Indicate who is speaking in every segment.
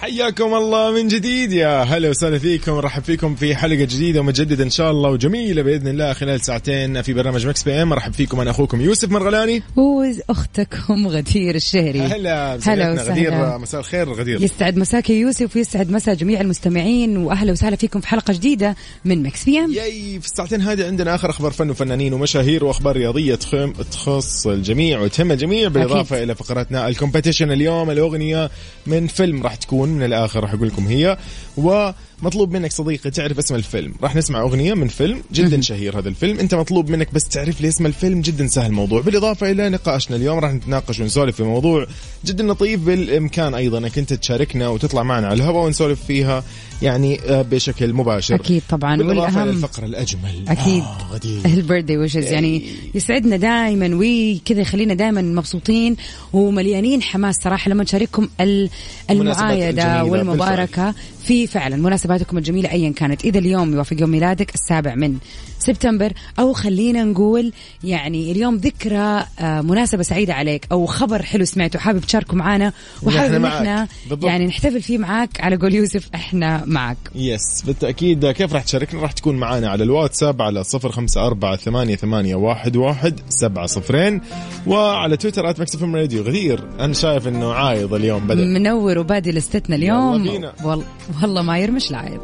Speaker 1: حياكم الله من جديد يا هلا وسهلا فيكم رحب فيكم في حلقة جديدة ومجددة إن شاء الله وجميلة بإذن الله خلال ساعتين في برنامج مكس بي إم رحب فيكم أنا أخوكم يوسف مرغلاني
Speaker 2: وز اختكم غدير الشهري
Speaker 1: هلا
Speaker 2: هلا
Speaker 1: بزميلتنا غدير
Speaker 2: وسهلا
Speaker 1: مساء الخير غدير
Speaker 2: يستعد مساك يا يوسف ويستعد مسا جميع المستمعين واهلا وسهلا فيكم في حلقه جديده من مكس بي ام
Speaker 1: ياي في الساعتين هذه عندنا آخر أخبار فن وفنانين ومشاهير وأخبار رياضية تخم تخص الجميع وتهم الجميع بالإضافة إلى فقراتنا الكومبيتيشن اليوم الأغنية من فيلم راح تكون من الآخر راح أقول لكم هي ومطلوب منك صديقي تعرف اسم الفيلم راح نسمع أغنية من فيلم جدا شهير هذا الفيلم أنت مطلوب منك بس تعرف لي اسم الفيلم جدا سهل الموضوع بالإضافة إلى نقاشنا اليوم راح نتناقش ونسولف في موضوع جدا لطيف بالإمكان أيضا أنك أنت تشاركنا وتطلع معنا على الهواء ونسولف فيها يعني آه، بشكل مباشر
Speaker 2: أكيد طبعاً،
Speaker 1: بالإضافة
Speaker 2: والأهم-
Speaker 1: إلى الفقرة الأجمل
Speaker 2: أكيد.
Speaker 1: آه غدير إيه.
Speaker 2: البردي ويشز يعني يسعدنا دائما وكذا يخلينا دائما مبسوطين ومليانين حماس صراحه لما نشارككم ال-
Speaker 1: المناسبات
Speaker 2: المعايده
Speaker 1: الجميلة
Speaker 2: والمباركه في فعلا مناسباتكم الجميله ايا كانت اذا اليوم يوافق يوم ميلادك السابع من سبتمبر او خلينا نقول يعني اليوم ذكرى آه، مناسبه سعيده عليك او خبر حلو سمعته حابب تشاركه معنا وحابب
Speaker 1: ونحن
Speaker 2: ان
Speaker 1: معك.
Speaker 2: احنا
Speaker 1: بالضبط.
Speaker 2: يعني نحتفل فيه معاك على قول يوسف احنا معك
Speaker 1: يس بالتأكيد كيف راح تشاركنا راح تكون معنا على الواتساب على صفر خمسة أربعة ثمانية, ثمانية واحد, واحد سبعة صفرين وعلى تويتر آت مكسفم راديو غدير أنا شايف إنه عايض اليوم بدأ
Speaker 2: منور وبادي لستنا اليوم
Speaker 1: يلا بينا.
Speaker 2: وال... والله ما يرمش لعيب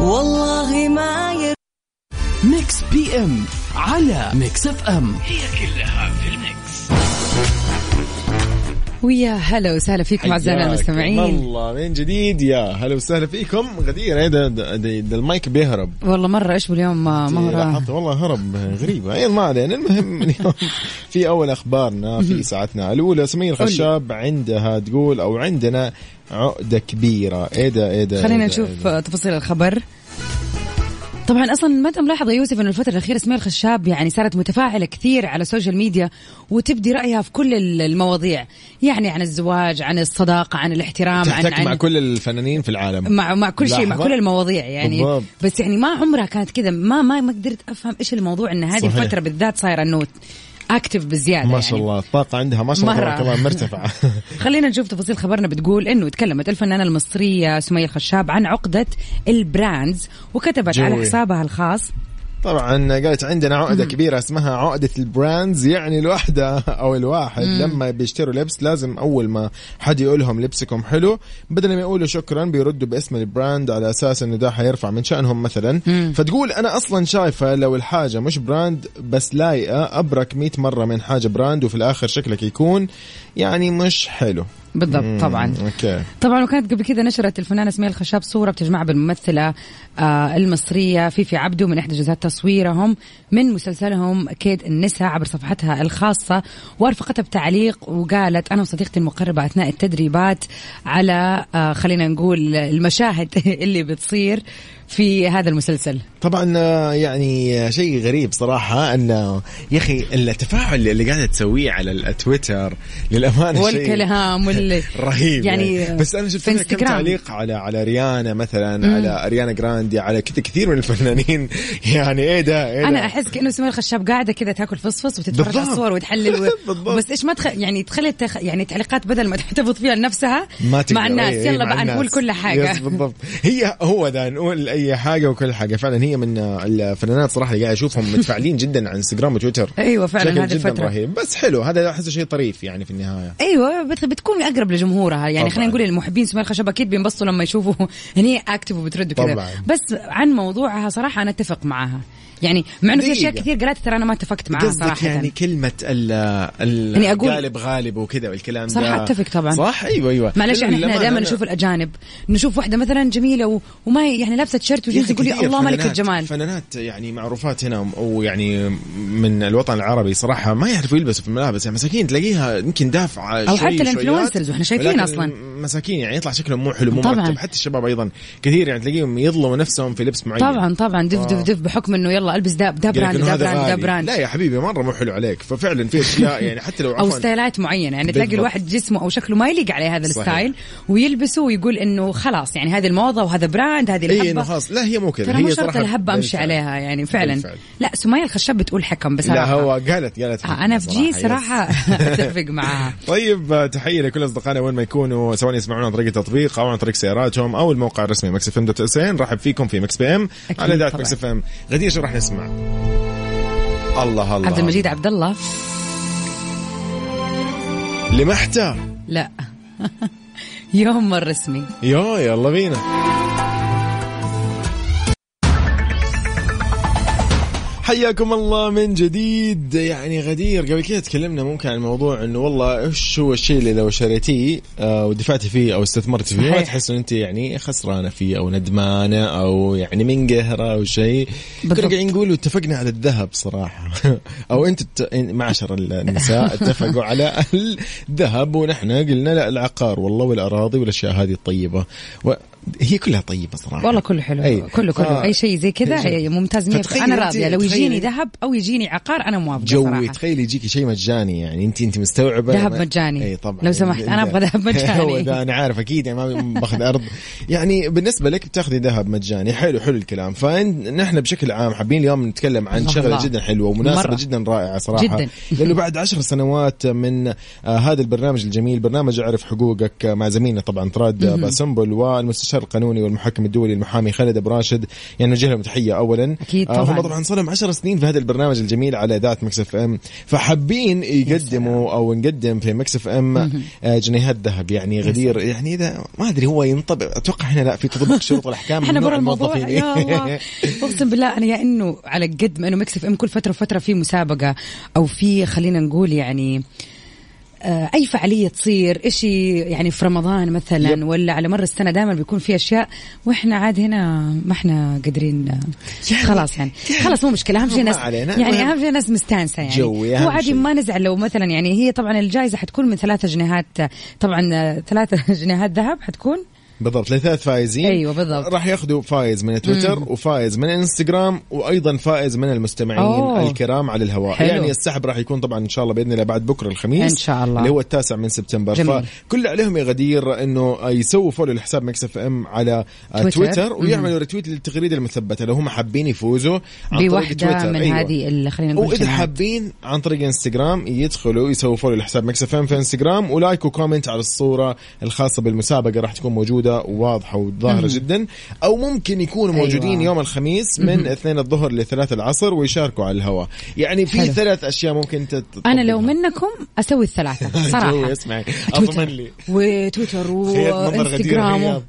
Speaker 3: والله ما ير... ميكس بي ام على ميكس اف ام
Speaker 2: ويا هلا وسهلا فيكم اعزائنا
Speaker 1: حياكم
Speaker 2: المستمعين
Speaker 1: الله من جديد يا هلا وسهلا فيكم غدير إيه ده, ده, ده, ده المايك بيهرب
Speaker 2: والله مره اشبه اليوم ما
Speaker 1: إيه،
Speaker 2: ما هو راح.
Speaker 1: لاحظت والله هرب غريبة أي ما علينا المهم اليوم في أول أخبارنا في ساعتنا الأولى سمير
Speaker 2: قولي.
Speaker 1: خشاب عندها تقول أو عندنا عقدة كبيرة إيه ده إيه ده
Speaker 2: خلينا
Speaker 1: إيه ده،
Speaker 2: نشوف آه،
Speaker 1: إيه ده.
Speaker 2: تفاصيل الخبر طبعا اصلا ما انت ملاحظه يا يوسف انه الفتره الاخيره اسماعيل خشاب يعني صارت متفاعله كثير على السوشيال ميديا وتبدي رايها في كل ال- المواضيع يعني عن الزواج عن الصداقه عن الاحترام عن
Speaker 1: تحتك
Speaker 2: عن
Speaker 1: مع كل الفنانين في العالم
Speaker 2: مع مع كل شيء مع
Speaker 1: لحظة.
Speaker 2: كل المواضيع يعني
Speaker 1: بالضبط.
Speaker 2: بس يعني ما عمرها كانت كذا ما ما ما قدرت افهم ايش الموضوع ان هذه
Speaker 1: صحيح.
Speaker 2: الفتره بالذات صايره انه اكتف بزياده
Speaker 1: ما
Speaker 2: يعني.
Speaker 1: شاء الله الطاقة عندها ما شاء الله
Speaker 2: مرة.
Speaker 1: تبارك الله مرتفعة
Speaker 2: خلينا نشوف تفاصيل خبرنا بتقول انه تكلمت الفنانه المصريه سميه الخشاب عن عقده البراندز وكتبت على
Speaker 1: جوي.
Speaker 2: حسابها الخاص
Speaker 1: طبعا قالت عندنا عقدة كبيرة اسمها عقدة البراندز يعني الوحدة أو الواحد لما بيشتروا لبس لازم أول ما حد يقول لهم لبسكم حلو بدل ما يقولوا شكرا بيردوا باسم البراند على أساس إنه ده حيرفع من شأنهم مثلا فتقول أنا أصلا شايفة لو الحاجة مش براند بس لايقة أبرك 100 مرة من حاجة براند وفي الآخر شكلك يكون يعني مش حلو
Speaker 2: بالضبط طبعا
Speaker 1: أوكي
Speaker 2: طبعا وكانت قبل كذا نشرت الفنانه سمية الخشاب صوره بتجمعها بالممثله آه، المصريه فيفي عبده من احدى جزات تصويرهم من مسلسلهم كيد النساء عبر صفحتها الخاصه وارفقتها بتعليق وقالت انا وصديقتي المقربه اثناء التدريبات على آه، خلينا نقول المشاهد اللي بتصير في هذا المسلسل
Speaker 1: طبعا آه، يعني آه، شيء غريب صراحه انه يا اخي التفاعل اللي قاعده تسويه على التويتر للامانه شيء
Speaker 2: والكلام وال
Speaker 1: رهيب
Speaker 2: يعني
Speaker 1: يعني بس انا شفت
Speaker 2: في
Speaker 1: لها كم
Speaker 2: انستغرام.
Speaker 1: تعليق على على ريانا مثلا على اريانا جراندي على كذا كثير من الفنانين يعني ايه ده ايه ده
Speaker 2: انا احس كانه سمير الخشاب قاعده كذا تاكل فصفص وتتفرج على
Speaker 1: بالضبط.
Speaker 2: الصور وتحلل و...
Speaker 1: بالضبط.
Speaker 2: بس ايش ما تخ... يعني تخلي التخ... يعني التعليقات بدل ما تحتفظ فيها لنفسها
Speaker 1: ما تقدر
Speaker 2: مع الناس
Speaker 1: أي- أي،
Speaker 2: يلا
Speaker 1: مع
Speaker 2: بقى نقول
Speaker 1: الناس.
Speaker 2: كل حاجه
Speaker 1: يس بالضبط هي هو ده نقول اي حاجه وكل حاجه فعلا هي من آه، الفنانات صراحه اللي قاعد اشوفهم متفاعلين جدا على انستغرام وتويتر
Speaker 2: ايوه فعلاً
Speaker 1: بشكل
Speaker 2: هذه
Speaker 1: جدا
Speaker 2: الفترة.
Speaker 1: رهيب بس حلو هذا احسه شيء طريف يعني في النهايه
Speaker 2: ايوه بت... بتكون اقرب لجمهورها يعني
Speaker 1: طبعاً.
Speaker 2: خلينا نقول المحبين سمير الخشاب اكيد بينبسطوا لما يشوفوا ان هي اكتف وبترد كذا
Speaker 1: طبعاً.
Speaker 2: بس عن موضوعها صراحه انا اتفق معاها يعني مع انه في اشياء
Speaker 1: دقيقة.
Speaker 2: كثير قالت ترى انا ما اتفقت معاها
Speaker 1: قصدك
Speaker 2: صراحه
Speaker 1: يعني كلمة ال ال
Speaker 2: يعني أقول-
Speaker 1: غالب غالب وكذا والكلام
Speaker 2: صراحة
Speaker 1: ده
Speaker 2: أتفق طبعاً.
Speaker 1: صح ايوه ايوه
Speaker 2: معلش يعني
Speaker 1: لما
Speaker 2: احنا دائما
Speaker 1: أنا-
Speaker 2: نشوف الاجانب نشوف واحده مثلا جميله و... وما هي يعني لابسه التيشيرت وجينز يقول لي
Speaker 1: كثير
Speaker 2: الله ملك
Speaker 1: فنانات-
Speaker 2: الجمال
Speaker 1: فنانات يعني معروفات هنا ويعني من الوطن العربي صراحه ما يعرفوا يلبسوا في الملابس يعني مساكين تلاقيها يمكن دافعه
Speaker 2: أو
Speaker 1: شوي
Speaker 2: حتى
Speaker 1: شويات،
Speaker 2: الإنفلونسرز، وإحنا شايفين
Speaker 1: ولكن
Speaker 2: أصلاً.
Speaker 1: مساكين يعني يطلع شكلهم مو حلو مو
Speaker 2: طبعاً.
Speaker 1: مرتب حتى الشباب ايضا كثير يعني تلاقيهم يظلموا نفسهم في لبس معين
Speaker 2: طبعا طبعا دف دف دف بحكم انه يلا البس ده ده
Speaker 1: يقول آه. لك
Speaker 2: براند
Speaker 1: إنه
Speaker 2: ده
Speaker 1: هذا
Speaker 2: براند ده
Speaker 1: غالي.
Speaker 2: براند
Speaker 1: لا يا حبيبي مره مو حلو عليك ففعلا في اشياء يعني حتى لو
Speaker 2: او
Speaker 1: عفوا
Speaker 2: ستايلات معينه يعني تلاقي
Speaker 1: بالضبط.
Speaker 2: الواحد جسمه او شكله ما يليق عليه هذا
Speaker 1: صحيح.
Speaker 2: الستايل ويلبسه ويقول انه خلاص يعني هذه الموضه وهذا براند هذه
Speaker 1: اي انه
Speaker 2: الهبه
Speaker 1: إيه، خلاص لا هي مو كذا
Speaker 2: ترى مو
Speaker 1: هي
Speaker 2: شرط
Speaker 1: صراحه
Speaker 2: الهبه امشي
Speaker 1: بالفعل.
Speaker 2: عليها يعني فعلا
Speaker 1: بالفعل.
Speaker 2: لا سمية الخشاب بتقول حكم بصراحه
Speaker 1: لا هو قالت قالت
Speaker 2: آه، انا في جي صراحه
Speaker 1: يس.
Speaker 2: اتفق معاها
Speaker 1: طيب آه، تحيه لكل اصدقائنا وين ما يكونوا سواء يسمعونا عن طريق التطبيق او عن طريق سياراتهم او الموقع الرسمي مكس اف ام دوت اس ان رحب فيكم في مكس بي ام
Speaker 2: أكيد
Speaker 1: على اذاعه
Speaker 2: طبعاً.
Speaker 1: مكس اف ام غدير شو راح نسمع؟ الله الله
Speaker 2: عبد المجيد عبد الله
Speaker 1: لمحته
Speaker 2: لا يوم الرسمي
Speaker 1: يا يلا بينا حياكم الله من جديد يعني غدير قبل كده تكلمنا ممكن عن موضوع انه والله ايش هو الشيء اللي لو شريتيه آه، ودفعتي فيه او استثمرتي فيه ما
Speaker 2: صحيح.
Speaker 1: تحس ان انت يعني خسرانه فيه او ندمانه او يعني منقهره او شيء كنا
Speaker 2: بالضبط.
Speaker 1: قاعدين نقول واتفقنا على الذهب صراحه او انت ت... معشر النساء اتفقوا على الذهب ونحن قلنا لا العقار والله والاراضي والاشياء هذه الطيبه و... هي كلها طيبه صراحه
Speaker 2: والله كله حلو
Speaker 1: أي.
Speaker 2: كله كله
Speaker 1: آه.
Speaker 2: اي شيء زي كذا
Speaker 1: شيء.
Speaker 2: ممتاز 100%
Speaker 1: فتخيل
Speaker 2: انا
Speaker 1: أنت-
Speaker 2: راضيه لو يجيني
Speaker 1: تخيلي-
Speaker 2: ذهب او يجيني عقار انا موافقه
Speaker 1: جوي
Speaker 2: صراحه
Speaker 1: تخيل يجيك شيء مجاني يعني انت انت مستوعبه
Speaker 2: ذهب
Speaker 1: ما-
Speaker 2: مجاني.
Speaker 1: اي طبعا
Speaker 2: لو سمحت، أنا أبغى ذهب مجاني.
Speaker 1: هو ده انا عارف اكيد يعني ما باخذ ارض يعني بالنسبه لك بتاخذي ذهب مجاني حلو حلو الكلام فنحن بشكل عام حابين اليوم نتكلم عن
Speaker 2: الله
Speaker 1: شغله
Speaker 2: الله.
Speaker 1: جدا حلوه ومناسبه
Speaker 2: مرة.
Speaker 1: جدا رائعه صراحه
Speaker 2: جداً.
Speaker 1: لانه بعد عشر سنوات من آه هذا البرنامج الجميل برنامج اعرف حقوقك آه، مع زميلنا طبعا طراد آه، باسنبل والمستشار القانوني والمحكم الدولي المحامي خالد ابو راشد يعني نوجه لهم تحيه اولا
Speaker 2: أكيد
Speaker 1: آه،
Speaker 2: طبعاً.
Speaker 1: هم طبعا صار لهم 10 سنين في هذا البرنامج الجميل على اذاعه مكس اف ام فحابين يقدموا او نقدم في مكس اف ام آه، جنيهات ذهب يعني غدير يعني اذا ما ادري هو ينطبق اتوقع هنا لا في تطبيق شروط والاحكام
Speaker 2: احنا
Speaker 1: من نوع
Speaker 2: برا الموضوع
Speaker 1: الموظفين.
Speaker 2: يا الله اقسم بالله انا يا انه على قد ما انه مكس اف ام كل فتره وفتره في مسابقه او في خلينا نقول يعني آه، اي فعاليه تصير إشي يعني في رمضان مثلا
Speaker 1: يب.
Speaker 2: يب. ولا على مر السنه دائما بيكون في اشياء واحنا عاد هنا ما احنا قادرين يعني خلاص يعني خلاص مو مشكله اهم شيء
Speaker 1: ما
Speaker 2: ناس
Speaker 1: علينا.
Speaker 2: يعني
Speaker 1: المهم.
Speaker 2: اهم شيء ناس مستانسه يعني
Speaker 1: جوي، أهم
Speaker 2: هو عادي
Speaker 1: شيء.
Speaker 2: ما نزعل لو مثلا يعني هي طبعا الجائزه حتكون من ثلاثه جنيهات طبعا آه، ثلاثه جنيهات ذهب حتكون
Speaker 1: بالضبط لثلاث فائزين
Speaker 2: أيوة، بالضبط.
Speaker 1: راح ياخذوا فايز من تويتر وفايز من انستغرام وايضا فايز من المستمعين
Speaker 2: أوه.
Speaker 1: الكرام على الهواء
Speaker 2: حلو.
Speaker 1: يعني السحب راح يكون طبعا ان شاء الله باذن الله بعد بكره الخميس
Speaker 2: إن شاء الله.
Speaker 1: اللي هو التاسع من سبتمبر
Speaker 2: جميل.
Speaker 1: فكل عليهم يا غدير انه يسووا فولو لحساب مكس اف ام على تويتر,
Speaker 2: تويتر.
Speaker 1: تويتر
Speaker 2: مم.
Speaker 1: ويعملوا ريتويت للتغريده المثبته لو هم حابين يفوزوا عن طريق
Speaker 2: بواحده
Speaker 1: تويتر
Speaker 2: من
Speaker 1: أيوة.
Speaker 2: هذه اللي خلينا نقول
Speaker 1: واذا
Speaker 2: جنيهات.
Speaker 1: حابين عن طريق انستغرام يدخلوا يسووا فولو لحساب مكس اف ام في انستغرام ولايك وكومنت على الصوره الخاصه بالمسابقه راح تكون موجوده وواضحه وظاهره جدا او ممكن يكونوا
Speaker 2: أيوة.
Speaker 1: موجودين يوم الخميس من اثنين الظهر لثلاث العصر ويشاركوا على الهواء يعني في
Speaker 2: حلو.
Speaker 1: ثلاث اشياء ممكن انت
Speaker 2: انا لو منكم اسوي الثلاثه
Speaker 1: جوي
Speaker 2: صراحه
Speaker 1: اسمعي اطمن
Speaker 2: تويتر
Speaker 1: لي
Speaker 2: وتويتر
Speaker 1: تخيل منظر غدير
Speaker 2: وانستغرام و-
Speaker 1: غياب.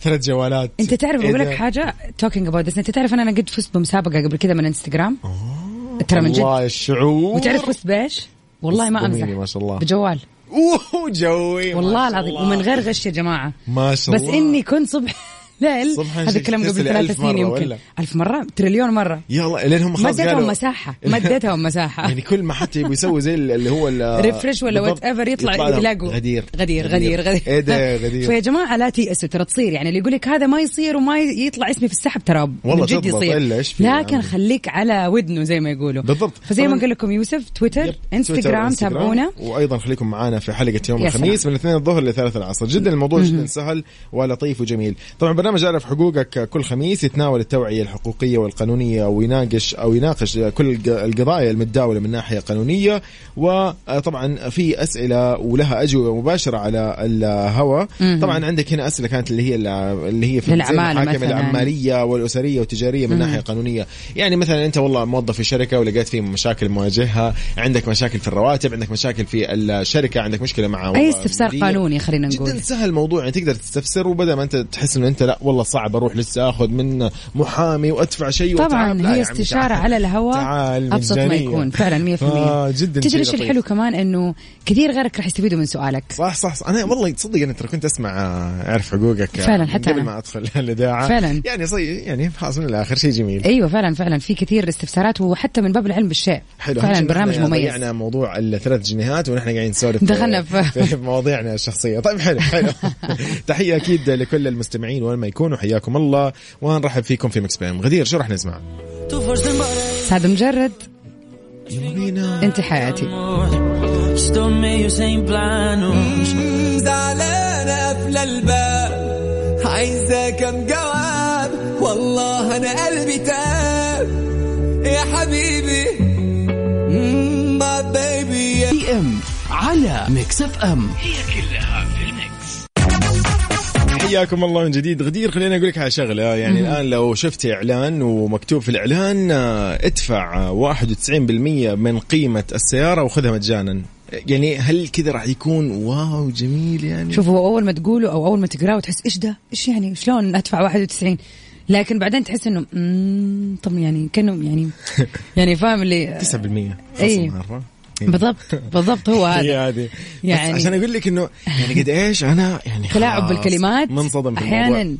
Speaker 1: ثلاث جوالات
Speaker 2: انت تعرف
Speaker 1: إيه
Speaker 2: اقول لك
Speaker 1: ده؟
Speaker 2: حاجه توكينج اباوت بس انت تعرف ان انا قد فزت بمسابقه قبل كذا من انستغرام ترى من جد
Speaker 1: والله الشعور
Speaker 2: وتعرف فزت بايش؟ والله ما
Speaker 1: صدميني
Speaker 2: امزح
Speaker 1: ما شاء الله.
Speaker 2: بجوال
Speaker 1: اوه جوي ما
Speaker 2: والله
Speaker 1: شاء
Speaker 2: العظيم
Speaker 1: الله.
Speaker 2: ومن غير غش يا جماعه
Speaker 1: ما شاء
Speaker 2: بس
Speaker 1: الله.
Speaker 2: اني كنت صبح ليل
Speaker 1: صبح
Speaker 2: هذا الكلام قبل
Speaker 1: تسألي
Speaker 2: ثلاث
Speaker 1: ألف
Speaker 2: سنين
Speaker 1: مرة
Speaker 2: يمكن
Speaker 1: ولا؟
Speaker 2: ألف مرة تريليون مرة
Speaker 1: يلا لين هم خلاص
Speaker 2: مدتهم
Speaker 1: قالوا
Speaker 2: مساحة مدتهم مساحة
Speaker 1: يعني كل ما حتى يبغى يسوي زي اللي هو ال-
Speaker 2: ريفرش ولا
Speaker 1: آه،
Speaker 2: وات
Speaker 1: بالضبط،
Speaker 2: ايفر يطلع
Speaker 1: لهم
Speaker 2: يلاقوا
Speaker 1: غدير
Speaker 2: غدير غدير غدير
Speaker 1: ايه ده يا غدير
Speaker 2: فيا جماعه لا تيأسوا ترى تصير يعني اللي يقول لك هذا ما يصير وما ي- يطلع اسمي في السحب ترى من
Speaker 1: والله
Speaker 2: جد
Speaker 1: تضبط،
Speaker 2: يصير
Speaker 1: إلا إيش في
Speaker 2: لكن
Speaker 1: يعني.
Speaker 2: خليك على ودنه زي ما يقولوا
Speaker 1: بالضبط.
Speaker 2: فزي ما
Speaker 1: طبعاً.
Speaker 2: قال لكم يوسف تويتر
Speaker 1: يب.
Speaker 2: انستغرام
Speaker 1: تويتر،
Speaker 2: تابعونا
Speaker 1: وايضا خليكم معنا في حلقه يوم
Speaker 2: يا
Speaker 1: الخميس من الاثنين الظهر لثلاث العصر جدا الموضوع جدا سهل ولطيف وجميل طبعا برنامج اعرف حقوقك كل خميس يتناول التوعيه الحقوقيه والقانونيه ويناقش او يناقش كل الق- القضايا المتداوله من ناحيه قانونيه وطبعا في اسئله ولها اجوبه مباشره على الهواء طبعا عندك هنا اسئله كانت اللي هي اللي هي في زي
Speaker 2: للعمالة
Speaker 1: المحاكم
Speaker 2: مثلاً.
Speaker 1: العماليه الماليه والاسريه والتجاريه من ناحيه قانونيه، يعني مثلا انت والله موظف في شركه ولقيت فيه مشاكل مواجهها، عندك مشاكل في الرواتب، عندك مشاكل في الشركه، عندك مشكله مع
Speaker 2: اي
Speaker 1: والله
Speaker 2: استفسار
Speaker 1: المدير.
Speaker 2: قانوني خلينا نقول
Speaker 1: جدا سهل الموضوع يعني تقدر تستفسر وبدا ما انت تحس انه انت لا والله صعب اروح لسه اخذ من محامي وادفع شيء
Speaker 2: طبعا
Speaker 1: وأتعب. لا يعني يا
Speaker 2: هي
Speaker 1: عمي
Speaker 2: استشاره
Speaker 1: تعال.
Speaker 2: على الهواء
Speaker 1: تعال
Speaker 2: ابسط ما
Speaker 1: مجانية.
Speaker 2: يكون فعلا 100%
Speaker 1: آه، جداً
Speaker 2: تدري
Speaker 1: شيء
Speaker 2: ايش
Speaker 1: لطيف.
Speaker 2: الحلو كمان انه كثير غيرك راح يستفيدوا من سؤالك
Speaker 1: صح صح, صح. انا والله تصدق انا ترى كنت اسمع آه، اعرف حقوقك آه،
Speaker 2: فعلا،
Speaker 1: من
Speaker 2: حتى
Speaker 1: قبل
Speaker 2: أنا.
Speaker 1: ما ادخل الاذاعه
Speaker 2: فعلا.
Speaker 1: يعني صي يعني خلاص من الاخر شيء جميل
Speaker 2: ايوه فعلا فعلا في كثير استفسارات وحتى من باب العلم بالشيء
Speaker 1: حلو
Speaker 2: فعلا برنامج مميز
Speaker 1: يعني موضوع الثلاث جنيهات ونحن قاعدين نسولف
Speaker 2: دخلنا في-
Speaker 1: في مواضيعنا الشخصيه طيب حلو حلو تحيه اكيد لكل المستمعين وين ما يكونوا حياكم الله ونرحب فيكم في مكس بي ام غدير شو راح نسمع؟
Speaker 2: هذا مجرد
Speaker 1: يلا بينا
Speaker 2: انت حياتي
Speaker 4: زعلانة قافل الباب عايزة كم جواب والله أنا قلبي تاب يا حبيبي my baby
Speaker 3: بي ام على ميكس اف ام
Speaker 1: حياكم الله من جديد غدير خليني اقول لك على شغله يعني الان لو شفت اعلان ومكتوب في الاعلان آه، ادفع آه، 91% من قيمه السياره وخذها مجانا يعني هل كذا راح يكون واو جميل يعني
Speaker 2: شوف هو اول ما تقوله او اول ما تقراه وتحس ايش ده؟ ايش يعني؟ شلون ادفع 91 لكن بعدين تحس انه مم، طب يعني كانه يعني يعني فاهم اللي
Speaker 1: 9% خصم
Speaker 2: إيه.
Speaker 1: عارفة؟
Speaker 2: بالضبط بالضبط هو
Speaker 1: هي
Speaker 2: هذا
Speaker 1: هذه يعني
Speaker 2: يعني-
Speaker 1: عشان اقول لك انه يعني قد ايش انا يعني
Speaker 2: تلاعب
Speaker 1: خلاص
Speaker 2: بالكلمات
Speaker 1: منصدم في
Speaker 2: احيانا
Speaker 1: الموضوع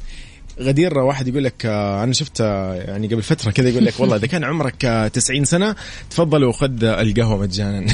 Speaker 1: غدير واحد يقول لك آه، انا شفت آه، يعني قبل فتره كذا يقول لك والله اذا كان عمرك آه، 90 سنه تفضل وخذ القهوه مجانا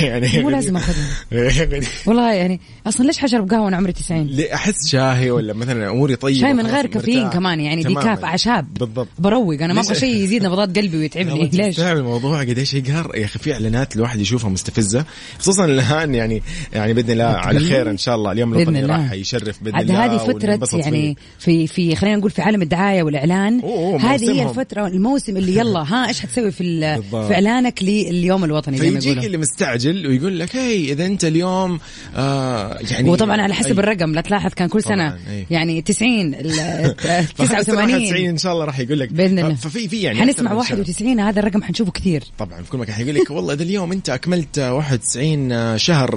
Speaker 1: يعني
Speaker 2: مو لازم اخذها والله يعني اصلا ليش حشرب قهوه وانا عمري 90
Speaker 1: ليه احس شاهي ولا مثلا اموري طيبه
Speaker 2: شاي من
Speaker 1: خلاص
Speaker 2: غير
Speaker 1: مرتاح.
Speaker 2: كافيين كمان يعني
Speaker 1: تماماً.
Speaker 2: ديكاف اعشاب
Speaker 1: بالضبط
Speaker 2: بروق انا ما
Speaker 1: ليش-
Speaker 2: ابغى شيء يزيد نبضات قلبي ويتعبني ليش
Speaker 1: تعب الموضوع قد ايش يقهر يا اخي في اعلانات الواحد يشوفها مستفزه خصوصا الان يعني يعني باذن الله على خير ان شاء الله اليوم
Speaker 2: بإذن
Speaker 1: الوطني
Speaker 2: الله.
Speaker 1: راح يشرف باذن
Speaker 2: عاد
Speaker 1: الله
Speaker 2: هذه فترة
Speaker 1: وننبسط
Speaker 2: يعني
Speaker 1: فيه.
Speaker 2: في في خلينا نقول في عالم الدعاية والإعلان
Speaker 1: أوه، أوه،
Speaker 2: هذه هي
Speaker 1: موسمهم.
Speaker 2: الفترة الموسم اللي يلا ها إيش حتسوي في ال-
Speaker 1: بالضبط.
Speaker 2: في إعلانك لليوم الوطني زي ما
Speaker 1: فيجيك
Speaker 2: يقولوا
Speaker 1: اللي مستعجل ويقول لك هي اذا انت اليوم آه يعني
Speaker 2: وطبعا على حسب
Speaker 1: أي-
Speaker 2: الرقم لا تلاحظ كان كل سنة
Speaker 1: طبعاً، أي.
Speaker 2: يعني 90 ال-
Speaker 1: فحتى 91
Speaker 2: 89
Speaker 1: ان شاء الله راح يقول لك
Speaker 2: بإذن الله.
Speaker 1: ففي في يعني
Speaker 2: حنسمع
Speaker 1: أكثر من شهر.
Speaker 2: 91 هذا الرقم حنشوفه كثير
Speaker 1: طبعا في كل مكان حيقول لك والله اذا اليوم انت اكملت 91 آه، شهر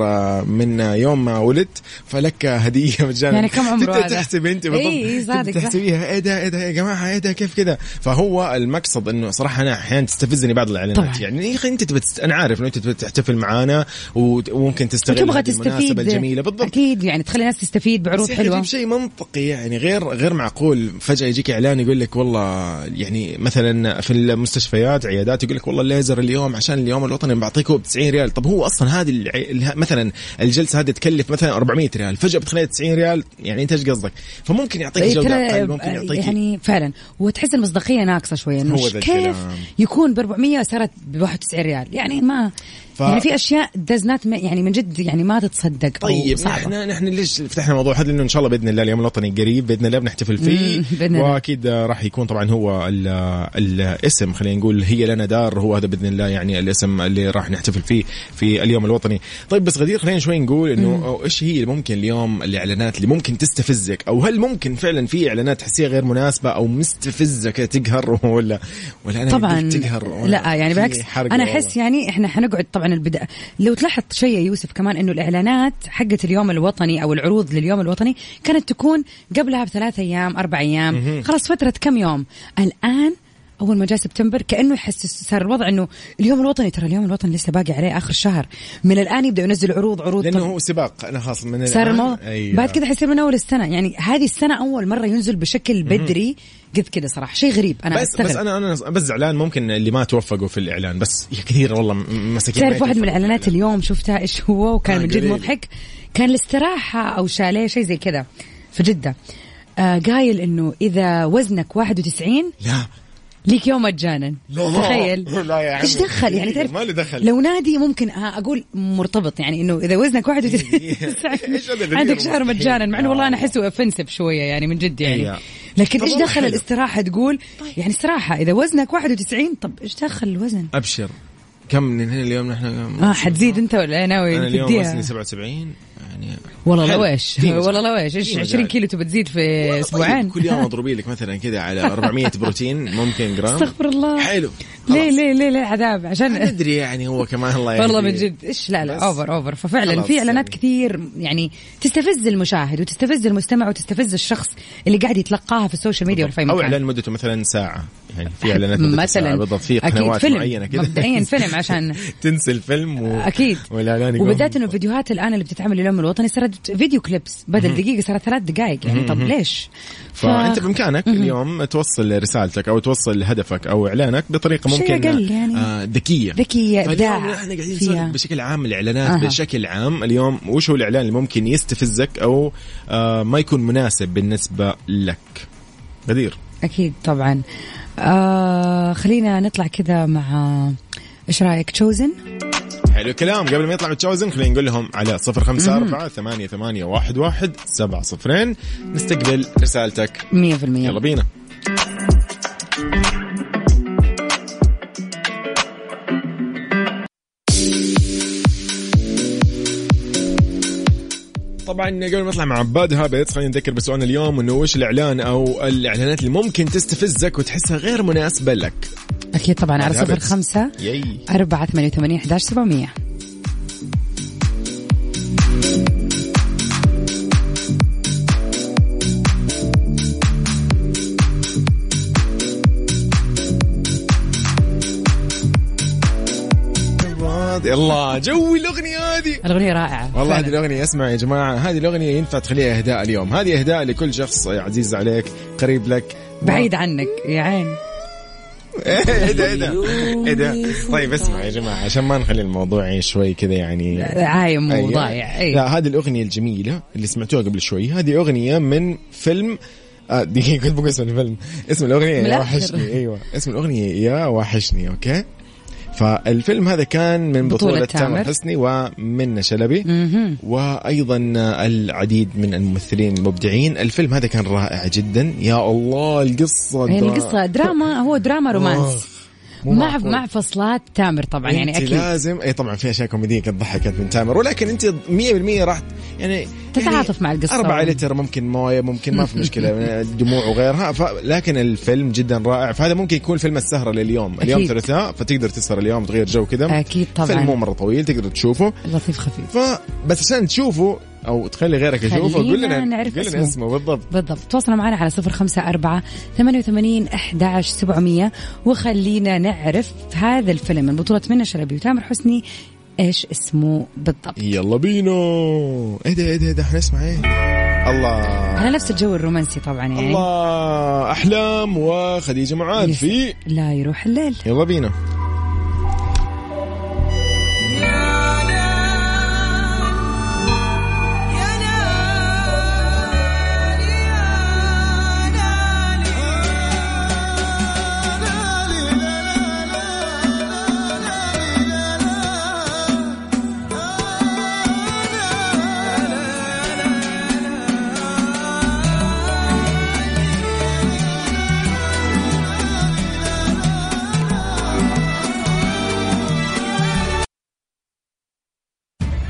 Speaker 1: من يوم ما ولدت فلك هديه مجانا
Speaker 2: يعني كم عمره
Speaker 1: تبدأ
Speaker 2: هذا؟
Speaker 1: تحسب انت
Speaker 2: إي،
Speaker 1: بالضبط
Speaker 2: إي،
Speaker 1: تبدأ
Speaker 2: صادق، صح.
Speaker 1: تحسبيها ايه ده ايه ده يا جماعه ايه ده كيف كذا فهو المقصد انه صراحه انا احيانا تستفزني بعض الاعلانات
Speaker 2: طبعاً.
Speaker 1: يعني يا اخي انت تبت... انا عارف انه انت تبت تحتفل معانا وت- وممكن تستغل
Speaker 2: وتبغى
Speaker 1: هذه
Speaker 2: تستفيد
Speaker 1: المناسبه الجميله بالضبط
Speaker 2: أكيد يعني تخلي الناس تستفيد بعروض
Speaker 1: بس يا أخي
Speaker 2: حلوة
Speaker 1: جيب شيء منطقي يعني غير غير معقول فجاه يجيك اعلان يقول لك والله يعني مثلا في المستشفيات عيادات يقول لك والله الليزر اليوم عشان اليوم الوطني بعطيكه ب 90 ريال طب هو اصلا هذه الع- الها- مثلا الجلسه هذه تكلف مثلا 400 ريال فجاه بتخليها 90 ريال يعني انت ايش قصدك فممكن يعطيك
Speaker 2: إيه،
Speaker 1: جوده
Speaker 2: ترى
Speaker 1: اقل ممكن يعطيك يعني
Speaker 2: يعني فعلا وتحس المصداقيه ناقصه شويه انه
Speaker 1: هو ذا
Speaker 2: كيف
Speaker 1: الكلام.
Speaker 2: يكون ب 400 صارت ب 91 ريال يعني ما
Speaker 1: ف-
Speaker 2: ف... يعني في اشياء داز نات يعني من جد يعني ما تتصدق أو
Speaker 1: طيب
Speaker 2: صعبة.
Speaker 1: نحن نحن ليش فتحنا الموضوع هذا لانه ان شاء الله باذن الله اليوم الوطني قريب باذن الله بنحتفل فيه
Speaker 2: مم، بإذن الله.
Speaker 1: واكيد آه، راح يكون طبعا هو ال- الاسم خلينا نقول هي لنا دار هو هذا باذن الله يعني الاسم اللي راح نحتفل فيه في اليوم الوطني طيب بس غدير خلينا شوي نقول انه أو ايش هي ممكن اليوم الاعلانات اللي ممكن تستفزك او هل ممكن فعلا في اعلانات تحسيها غير مناسبه او مستفزه كده تقهر ولا ولا انا
Speaker 2: طبعا
Speaker 1: بديك تقهر يعني ولا
Speaker 2: لا يعني
Speaker 1: في
Speaker 2: بالعكس
Speaker 1: حرق
Speaker 2: انا
Speaker 1: والله.
Speaker 2: احس يعني احنا حنقعد طبعا البدايه لو تلاحظ شيء يا يوسف كمان انه الاعلانات حقت اليوم الوطني او العروض لليوم الوطني كانت تكون قبلها بثلاث ايام اربع ايام خلاص فتره كم يوم الان اول ما جاء سبتمبر كانه يحسس صار الوضع انه اليوم الوطني ترى اليوم الوطني لسه باقي عليه اخر شهر من الان يبدا ينزل عروض عروض
Speaker 1: لانه
Speaker 2: طب-
Speaker 1: هو سباق انا خلاص من
Speaker 2: صار
Speaker 1: الآن-
Speaker 2: الموضوع
Speaker 1: أيوة.
Speaker 2: بعد كده حيصير من اول السنه يعني هذه السنه اول مره ينزل بشكل بدري قد كده صراحه شيء غريب انا
Speaker 1: بس
Speaker 2: استغرب
Speaker 1: بس انا انا بس زعلان ممكن اللي ما توفقوا في الاعلان بس يا كثير والله م- مساكين ما
Speaker 2: تعرف واحد من
Speaker 1: يتوفقوا في
Speaker 2: الاعلانات اليوم شفتها ايش هو وكان
Speaker 1: آه،
Speaker 2: من جد
Speaker 1: قليل.
Speaker 2: مضحك كان الاستراحه او شاليه شيء زي كذا في جده آه قايل انه اذا وزنك 91
Speaker 1: لا
Speaker 2: ليك يوم مجانا
Speaker 1: لا.
Speaker 2: تخيل
Speaker 1: لا يا عمي.
Speaker 2: ايش دخل يعني تعرف
Speaker 1: ما له دخل.
Speaker 2: لو نادي ممكن آه اقول مرتبط يعني انه اذا وزنك 91
Speaker 1: إيه. إيش هذا الذكر
Speaker 2: عندك شهر
Speaker 1: مستحيل.
Speaker 2: مجانا مع انه والله انا
Speaker 1: آه.
Speaker 2: احسه اوفنسيف شويه يعني من جد
Speaker 1: إيه.
Speaker 2: يعني لكن
Speaker 1: طب
Speaker 2: ايش
Speaker 1: والله
Speaker 2: دخل
Speaker 1: حلو.
Speaker 2: الاستراحه تقول يعني استراحه اذا وزنك 91 طب ايش دخل الوزن
Speaker 1: ابشر كم من هنا اليوم نحن
Speaker 2: يعني اه حتزيد انت ولا إيه؟ ناوي
Speaker 1: انا اليوم
Speaker 2: تديها؟
Speaker 1: وزني 77 يعني
Speaker 2: والله
Speaker 1: حلو.
Speaker 2: لو ايش
Speaker 1: في مساحة.
Speaker 2: والله لو ايش
Speaker 1: في
Speaker 2: إيش
Speaker 1: مساحة.
Speaker 2: 20 كيلو تبى تزيد في
Speaker 1: والله طيب،
Speaker 2: اسبوعين
Speaker 1: كل يوم اضربي لك مثلا كذا على 400 بروتين ممكن جرام
Speaker 2: استغفر الله
Speaker 1: حلو
Speaker 2: ليه ليه ليه ليه عذاب عشان
Speaker 1: ادري يعني هو كمان الله يعني
Speaker 2: والله من جد ايش لا لا
Speaker 1: بس.
Speaker 2: اوفر اوفر ففعلا
Speaker 1: خلاص
Speaker 2: في اعلانات
Speaker 1: يعني.
Speaker 2: كثير يعني تستفز المشاهد وتستفز المستمع وتستفز الشخص اللي قاعد يتلقاها في السوشيال ميديا ولا في أي
Speaker 1: او
Speaker 2: مكان
Speaker 1: اعلان مدته مثلا ساعه يعني في اعلانات مدتها ساعه
Speaker 2: مثلا
Speaker 1: بالضبط في
Speaker 2: أكيد
Speaker 1: قنوات
Speaker 2: فيلم.
Speaker 1: معينه كذا
Speaker 2: مبدئيا فيلم عشان-
Speaker 1: تنسى الفيلم و...
Speaker 2: اكيد
Speaker 1: والاعلان يقوم.
Speaker 2: وبالذات انه الفيديوهات الان اللي بتتعمل اليوم الوطني صارت فيديو كليبس بدل دقيقه صارت ثلاث دقائق يعني طب ليش؟ ف-
Speaker 1: فانت بامكانك اليوم توصل رسالتك او توصل هدفك او اعلانك بطريقه
Speaker 2: شيء
Speaker 1: ممكن
Speaker 2: أقل يعني.
Speaker 1: آه، ذكيه
Speaker 2: ذكية، إبداع
Speaker 1: احنا قاعدين
Speaker 2: فيها.
Speaker 1: نسولف بشكل عام الاعلانات
Speaker 2: أها.
Speaker 1: أه. بشكل عام اليوم وش هو الاعلان اللي ممكن يستفزك او آه، ما يكون مناسب بالنسبه لك غدير
Speaker 2: اكيد طبعا آه خلينا نطلع كذا مع ايش رايك تشوزن؟
Speaker 1: حلو الكلام قبل ما يطلع متجوزن خلينا نقول لهم على صفر خمسة أربعة ثمانية ثمانية واحد واحد سبعة صفرين نستقبل رسالتك
Speaker 2: 100%
Speaker 1: يلا بينا طبعا قبل ما نطلع مع عباد هابت خلينا نذكر بسؤالنا اليوم انه وش الاعلان او الاعلانات اللي ممكن تستفزك وتحسها غير مناسبه لك
Speaker 2: اكيد طبعا على
Speaker 1: Habits.
Speaker 2: صفر خمسة
Speaker 1: ياي
Speaker 2: أربعة ثمانية وثمانين أحداش سبعمية
Speaker 1: يلا جو الاغنيه هذه
Speaker 2: الأغنية رائعة
Speaker 1: والله
Speaker 2: فعلاً.
Speaker 1: هذه الأغنية اسمع يا جماعة هذه الأغنية ينفع تخليها إهداء اليوم هذه إهداء لكل شخص عزيز عليك قريب لك
Speaker 2: بعيد عنك يا عين
Speaker 1: ايه ده ايه ده ايه ده طيب اسمع يا جماعة عشان ما نخلي الموضوع شوي كذا يعني
Speaker 2: عايم
Speaker 1: أيوة.
Speaker 2: وضايع أيوة.
Speaker 1: لا هذه الأغنية الجميلة اللي سمعتوها قبل شوي هذه أغنية من فيلم آه دقيقة كنت بقول اسم الفيلم اسم الأغنية
Speaker 2: من
Speaker 1: يا
Speaker 2: الآخر.
Speaker 1: وحشني أيوة اسم الأغنية يا وحشني أوكي فالفيلم هذا كان من
Speaker 2: بطولة
Speaker 1: بطولة, تامر
Speaker 2: تامر.
Speaker 1: حسني ومنة شلبي وأيضا العديد من الممثلين المبدعين الفيلم هذا كان رائع جدا يا الله القصة
Speaker 2: هي
Speaker 1: دا-
Speaker 2: القصة دراما هو دراما رومانس
Speaker 1: مو
Speaker 2: مع
Speaker 1: معقول.
Speaker 2: مع فصلات تامر طبعا يعني
Speaker 1: انت
Speaker 2: اكيد
Speaker 1: لازم اي طبعا في اشياء كوميديه كانت ضحكت من تامر ولكن انت 100% راح يعني
Speaker 2: تتعاطف
Speaker 1: يعني
Speaker 2: مع القصة.
Speaker 1: أربعة لتر ممكن مويه ممكن ما في مشكله دموع وغيرها ف... لكن الفيلم جدا رائع فهذا ممكن يكون فيلم السهره لليوم اليوم
Speaker 2: أكيد.
Speaker 1: ثلاثاء فتقدر تسهر اليوم تغير جو كذا
Speaker 2: أكيد طبعاً.
Speaker 1: فيلم مو مره طويل تقدر تشوفه
Speaker 2: لطيف خفيف
Speaker 1: فبس عشان تشوفه او تخلي غيرك يشوفه قول
Speaker 2: خلينا
Speaker 1: لنا
Speaker 2: نعرف
Speaker 1: قول لنا
Speaker 2: اسمه.
Speaker 1: اسمه بالضبط
Speaker 2: بالضبط تواصلوا معنا على صفر خمسة أربعة ثمانية وثمانين أحداش سبعمية وخلينا نعرف هذا الفيلم من بطولة منى شلبي وتامر حسني إيش اسمه بالضبط
Speaker 1: يلا بينا ايه ده ايه ده إيه ده احنا نسمع ايه الله
Speaker 2: على نفس الجو الرومانسي طبعا يعني
Speaker 1: الله احلام وخديجه معاذ
Speaker 2: يس-
Speaker 1: في
Speaker 2: لا يروح الليل
Speaker 1: يلا بينا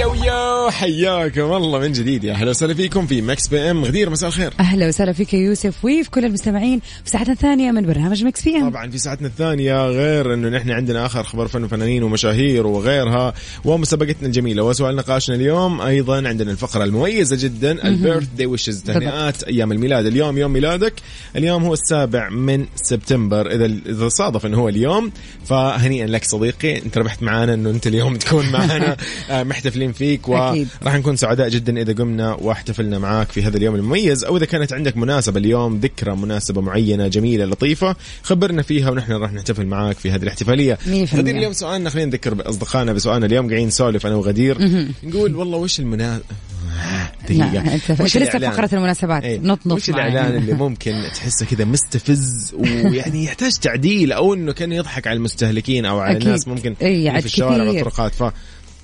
Speaker 1: يو يو حياكم الله من جديد يا اهلا وسهلا فيكم في مكس بي ام غدير مساء الخير
Speaker 2: اهلا وسهلا فيك يا يوسف وفي كل المستمعين في ساعتنا الثانيه من برنامج ميكس بي ام
Speaker 1: طبعا في ساعتنا الثانية غير انه نحن عندنا اخر اخبار فن وفنانين ومشاهير وغيرها ومسابقتنا الجميلة وسؤال نقاشنا اليوم ايضا عندنا الفقرة المميزة جدا البيرث داي ويشز تهنئات ايام الميلاد اليوم يوم ميلادك اليوم هو السابع من سبتمبر اذا اذا صادف انه هو اليوم فهنيئا لك صديقي انت ربحت معانا انه انت اليوم تكون معانا آه، محتفلين فيك
Speaker 2: أكيد.
Speaker 1: وراح نكون سعداء جدا اذا قمنا واحتفلنا معاك في هذا اليوم المميز او اذا كانت عندك مناسبه اليوم ذكرى مناسبه معينه جميله لطيفه خبرنا فيها ونحن راح نحتفل معاك في هذه الاحتفاليه
Speaker 2: مية في
Speaker 1: غدير
Speaker 2: المية.
Speaker 1: اليوم سؤالنا خلينا نذكر اصدقائنا بسؤالنا اليوم قاعدين نسولف انا وغدير نقول والله وش المناسبه دقيقه
Speaker 2: وش نعم، لسه في فقره المناسبات
Speaker 1: إيه.
Speaker 2: نط نط
Speaker 1: وش الاعلان اللي ممكن تحسه كذا مستفز ويعني يحتاج تعديل او انه كان يضحك على المستهلكين او على
Speaker 2: أكيد.
Speaker 1: الناس ممكن
Speaker 2: إيه،
Speaker 1: اللي
Speaker 2: عاد
Speaker 1: في الشوارع
Speaker 2: كثير.
Speaker 1: والطرقات ف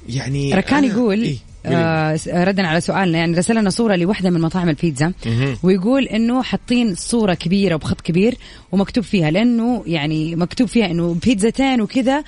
Speaker 1: يعني
Speaker 2: ركان
Speaker 1: أنا-
Speaker 2: يقول
Speaker 1: إيه؟ قولي.
Speaker 2: آه ردا على سؤالنا يعني رسل لنا صوره لوحده من مطاعم البيتزا
Speaker 1: مهم.
Speaker 2: ويقول انه حاطين صوره كبيره وبخط كبير ومكتوب فيها لانه يعني مكتوب فيها انه بيتزتين وكذا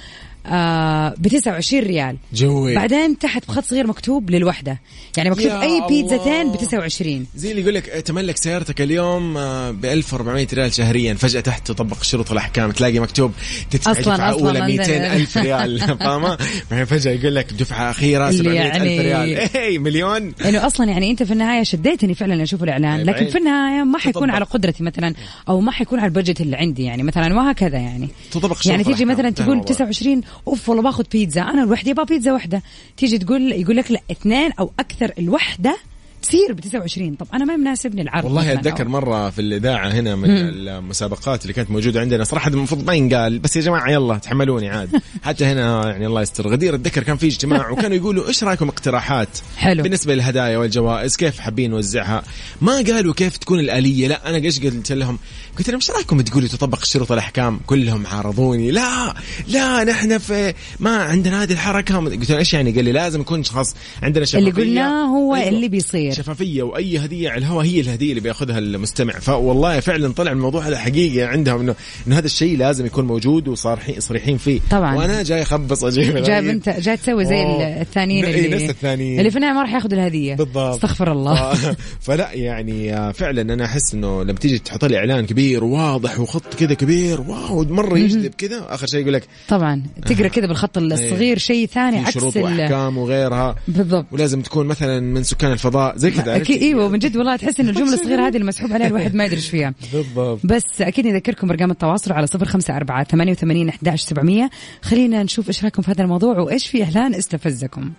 Speaker 2: آه ب 29 ريال
Speaker 1: جوي
Speaker 2: بعدين تحت بخط صغير مكتوب للوحده يعني مكتوب
Speaker 1: طيب. يا
Speaker 2: اي بيتزتين
Speaker 1: الله.
Speaker 2: ب 29
Speaker 1: زي اللي يقول لك تملك سيارتك اليوم ب 1400 ريال شهريا فجاه تحت تطبق شروط الاحكام تلاقي مكتوب تدفع
Speaker 2: أصلاً-
Speaker 1: دفعه
Speaker 2: أصلاً
Speaker 1: اولى
Speaker 2: ما
Speaker 1: 200 الف
Speaker 2: نزل.
Speaker 1: ريال فاهمه بعدين فجاه يقول لك دفعه اخيره
Speaker 2: اللي
Speaker 1: 700
Speaker 2: يعني-
Speaker 1: الف ريال اي مليون
Speaker 2: لانه اصلا يعني انت في النهايه شديتني فعلا اشوف الاعلان
Speaker 1: أي
Speaker 2: لكن
Speaker 1: إيه، بعيد.
Speaker 2: في النهايه ما حيكون
Speaker 1: تطبق.
Speaker 2: على قدرتي مثلا او ما حيكون على البجت اللي عندي يعني مثلا وهكذا يعني
Speaker 1: تطبق شروط
Speaker 2: يعني تيجي
Speaker 1: الأحكام.
Speaker 2: مثلا
Speaker 1: انتهى
Speaker 2: تقول
Speaker 1: الموضوع.
Speaker 2: 29 اوف والله باخذ بيتزا انا لوحدي ابغى بيتزا واحده تيجي تقول يقول لك لا اثنين او اكثر الوحده تصير ب 29 طب انا ما يناسبني العرض
Speaker 1: والله
Speaker 2: مثلاً
Speaker 1: اتذكر
Speaker 2: أو-
Speaker 1: مره في الاذاعه هنا من المسابقات اللي كانت موجوده عندنا صراحه المفروض ما ينقال بس يا جماعه يلا تحملوني عاد حتى هنا يعني الله يستر غدير اتذكر كان في اجتماع وكانوا يقولوا ايش رايكم اقتراحات
Speaker 2: حلو.
Speaker 1: بالنسبه للهدايا والجوائز كيف حابين نوزعها ما قالوا كيف تكون الاليه لا انا ايش قلت لهم قلت لهم ايش رايكم تقولوا تطبق شروط الاحكام كلهم عارضوني لا لا نحن في ما عندنا هذه الحركه قلت له ايش يعني قال لي لازم يكون شخص عندنا شفافيه
Speaker 2: اللي قلناه هو
Speaker 1: أيوة.
Speaker 2: اللي بيصير
Speaker 1: شفافيه واي هديه على الهواء هي الهديه اللي بياخذها المستمع فوالله فعلا طلع الموضوع هذا حقيقه عندهم انه انه هذا الشيء لازم يكون موجود وصارحين صريحين فيه
Speaker 2: طبعاً.
Speaker 1: وانا جاي اخبص اجيب
Speaker 2: جايب انت جاي تسوي زي
Speaker 1: أوه.
Speaker 2: الثانيين
Speaker 1: إيه،
Speaker 2: اللي
Speaker 1: نفس الثانيين.
Speaker 2: اللي في النهايه ما راح ياخذ الهديه
Speaker 1: بالضبط آه.
Speaker 2: استغفر الله
Speaker 1: ف- فلا يعني آه، فعلا انا احس انه لما تيجي تحط لي اعلان كبير وواضح وخط كذا كبير واو مره يجذب كذا اخر شيء يقول لك
Speaker 2: طبعا تقرا كذا بالخط الصغير شيء ثاني
Speaker 1: إيه. في
Speaker 2: يعني عكس
Speaker 1: شروط
Speaker 2: ال-
Speaker 1: واحكام وغيرها
Speaker 2: بالضبط
Speaker 1: ولازم تكون مثلا من سكان الفضاء زي كذا عرفت؟
Speaker 2: اكيد ايوه من جد والله تحس ان الجمله الصغيره هذه المسحوب عليها الواحد ما يدري ايش فيها
Speaker 1: بالضبط
Speaker 2: بس اكيد نذكركم بارقام التواصل على صفر خمسة أربعة ثمانية وثمانين أحداش سبعمية خلينا نشوف إيش رايكم في هذا الموضوع وإيش في إعلان استفزكم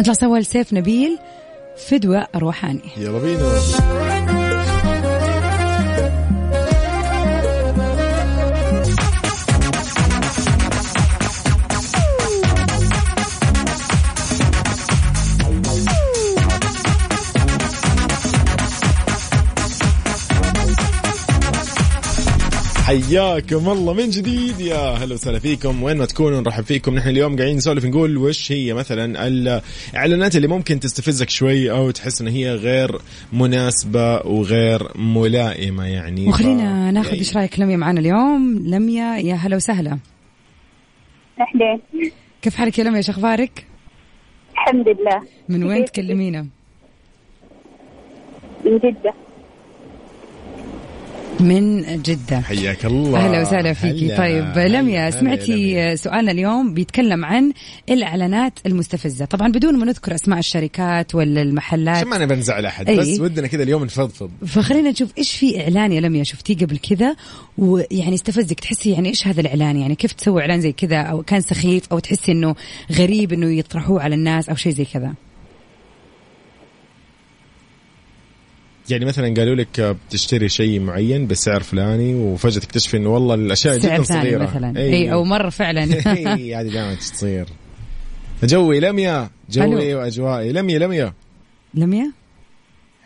Speaker 2: نطلع سوا لسيف نبيل فدوى روحاني
Speaker 1: يلا بينا حياكم الله من جديد يا هلا وسهلا فيكم وين ما تكونوا نرحب فيكم نحن اليوم قاعدين نسولف نقول وش هي مثلا الاعلانات اللي ممكن تستفزك شوي او تحس ان هي غير مناسبه وغير ملائمه يعني
Speaker 2: وخلينا ناخذ إيش رأيك لميا معنا اليوم لميا يا هلا وسهلا
Speaker 5: أهلين
Speaker 2: كيف حالك يا لميا شو أخبارك
Speaker 5: الحمد لله
Speaker 2: من وين تكلمينا
Speaker 5: من جدة
Speaker 2: من جدة
Speaker 1: حياك الله
Speaker 2: اهلا وسهلا فيكي
Speaker 1: هلا.
Speaker 2: طيب
Speaker 1: هلا، هلا
Speaker 2: لميا
Speaker 1: يا لميا.
Speaker 2: سمعتي سؤالنا اليوم بيتكلم عن الاعلانات المستفزه طبعا بدون ما نذكر اسماء الشركات ولا المحلات
Speaker 1: عشان ما انا بنزعل احد
Speaker 2: أي.
Speaker 1: بس ودنا كذا اليوم نفضفض
Speaker 2: فخلينا نشوف ايش في اعلان يا لميا شفتيه قبل كذا ويعني استفزك تحسي يعني ايش هذا الاعلان يعني كيف تسوي اعلان زي كذا او كان سخيف او تحسي انه غريب انه يطرحوه على الناس او شيء زي كذا
Speaker 1: يعني مثلا قالوا لك بتشتري شيء معين بسعر فلاني وفجاه تكتشف انه والله الاشياء
Speaker 2: سعر
Speaker 1: جدا
Speaker 2: ثاني إيه،
Speaker 1: صغيره
Speaker 2: مثلا اي او مره فعلا
Speaker 1: اي إيه، هذه دائما تصير جوي لميا جوي
Speaker 2: ألو.
Speaker 1: واجوائي لميا لميا
Speaker 2: لميا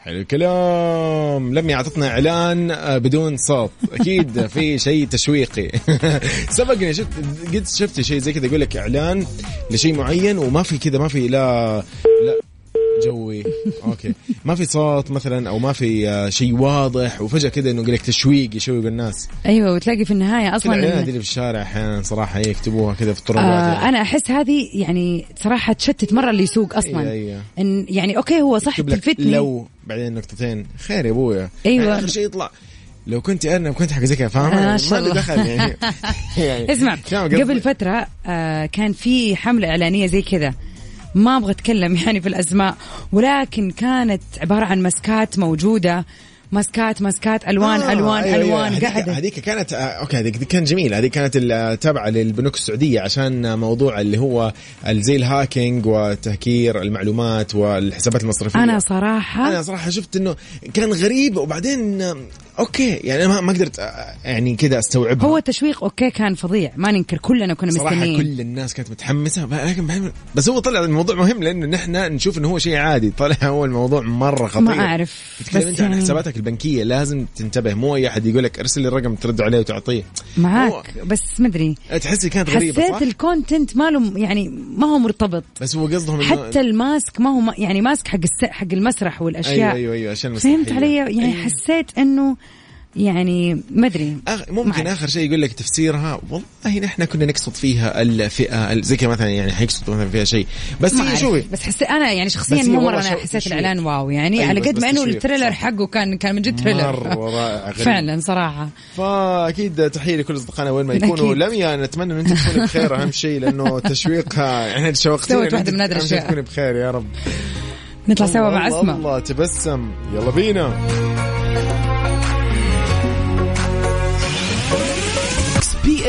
Speaker 1: حلو الكلام لميا اعطتنا اعلان آه، بدون صوت اكيد في شيء تشويقي سبقني شفت قد شفت شيء زي كذا يقول لك اعلان لشيء معين وما في كذا ما في لا لا جوي اوكي ما في صوت مثلا او ما في آه، شيء واضح وفجاه كذا انه يقول لك تشويق يشوق الناس
Speaker 2: ايوه وتلاقي في النهايه
Speaker 1: كذا
Speaker 2: اصلا
Speaker 1: الاعلانات اللي في الشارع احيانا صراحه إيه، يكتبوها كذا في الطرقات
Speaker 2: آه انا احس هذه يعني صراحه تشتت مره اللي يسوق اصلا
Speaker 1: أيوة، أيوة.
Speaker 2: إن يعني اوكي هو صح
Speaker 1: يكتب لك
Speaker 2: تلفتني
Speaker 1: لو بعدين نقطتين خير يا ابويا
Speaker 2: أيوة.
Speaker 1: يعني اخر شيء يطلع لو كنت ارنب كنت حاجه زي كذا فاهمه؟
Speaker 2: آه،
Speaker 1: يعني
Speaker 2: شاء
Speaker 1: ما له
Speaker 2: الله.
Speaker 1: دخل يعني, يعني
Speaker 2: اسمع
Speaker 1: نعم،
Speaker 2: قبل فترة آه كان في حملة إعلانية زي كذا ما أبغى أتكلم يعني في الأسماء ولكن كانت عبارة عن ماسكات موجودة ماسكات ماسكات ألوان
Speaker 1: آه،
Speaker 2: آه ألوان
Speaker 1: أيوة،
Speaker 2: أيوة ألوان
Speaker 1: هذيك-
Speaker 2: قاعدة
Speaker 1: هذيك كانت آه، اوكي هذيك هذيك كانت جميله هذيك كانت ال- تابعه للبنوك السعوديه عشان موضوع اللي هو ال- زي الهاكينج وتهكير المعلومات والحسابات المصرفيه
Speaker 2: أنا صراحة
Speaker 1: انا صراحه شفت انه كان غريب وبعدين آه، اوكي يعني أنا ما ما قدرت آه، يعني كذا استوعبها
Speaker 2: هو التشويق اوكي كان فظيع ما ننكر كلنا كنا
Speaker 1: صراحه
Speaker 2: مستنيين
Speaker 1: كل الناس كانت متحمسه ب- لكن بعدين- بس هو طلع الموضوع مهم لانه نحن نشوف انه هو شيء عادي طلع هو الموضوع مره خطير
Speaker 2: ما أعرف،
Speaker 1: تتكلم
Speaker 2: بس
Speaker 1: انت عن
Speaker 2: يعني-
Speaker 1: حساباتك البنكيه لازم تنتبه مو اي احد يقول لك ارسل لي الرقم ترد عليه وتعطيه
Speaker 2: معاك بس مدري
Speaker 1: هو- تحسي كانت غريبه صح؟
Speaker 2: حسيت الكونتنت ماله يعني ما هو مرتبط
Speaker 1: بس هو قصدهم إنه-
Speaker 2: حتى الماسك ما هو ما يعني ماسك حق الس... حق المسرح والاشياء
Speaker 1: ايوه ايوه ايوه عشان
Speaker 2: فهمت
Speaker 1: المسرحية. أيوة.
Speaker 2: علي يعني حسيت انه يعني ما ادري
Speaker 1: آخ-
Speaker 2: ما
Speaker 1: ممكن
Speaker 2: أعرف.
Speaker 1: اخر شيء يقول لك تفسيرها والله نحن كنا نقصد فيها الفئه ال- زي كذا مثلا يعني حيقصدوا مثلا فيها شيء بس
Speaker 2: ما
Speaker 1: هي
Speaker 2: أعرف.
Speaker 1: شوفي
Speaker 2: بس حسيت انا يعني شخصيا
Speaker 1: بس هي
Speaker 2: مو مره
Speaker 1: والله
Speaker 2: انا
Speaker 1: شو-
Speaker 2: حسيت
Speaker 1: تشويق.
Speaker 2: الاعلان واو يعني
Speaker 1: أيوة،
Speaker 2: على
Speaker 1: بس
Speaker 2: قد ما انه
Speaker 1: تشويق،
Speaker 2: التريلر
Speaker 1: صح.
Speaker 2: حقه كان كان من جد تريلر
Speaker 1: مرة رائع، غريب.
Speaker 2: فعلا صراحه
Speaker 1: فاكيد تحيه لكل اصدقائنا وين ما يكونوا
Speaker 2: أكيد.
Speaker 1: لم يعني نتمنى ان انت تكوني بخير اهم شيء لانه تشويقها يعني شوقتينا
Speaker 2: سوت
Speaker 1: إن
Speaker 2: واحدة
Speaker 1: أنت-
Speaker 2: من هذه
Speaker 1: أهم شيء
Speaker 2: الأشياء.
Speaker 1: تكوني بخير يا رب
Speaker 2: نطلع سوا مع
Speaker 1: الله
Speaker 2: اسماء
Speaker 1: الله تبسم يلا بينا
Speaker 3: ميكس بي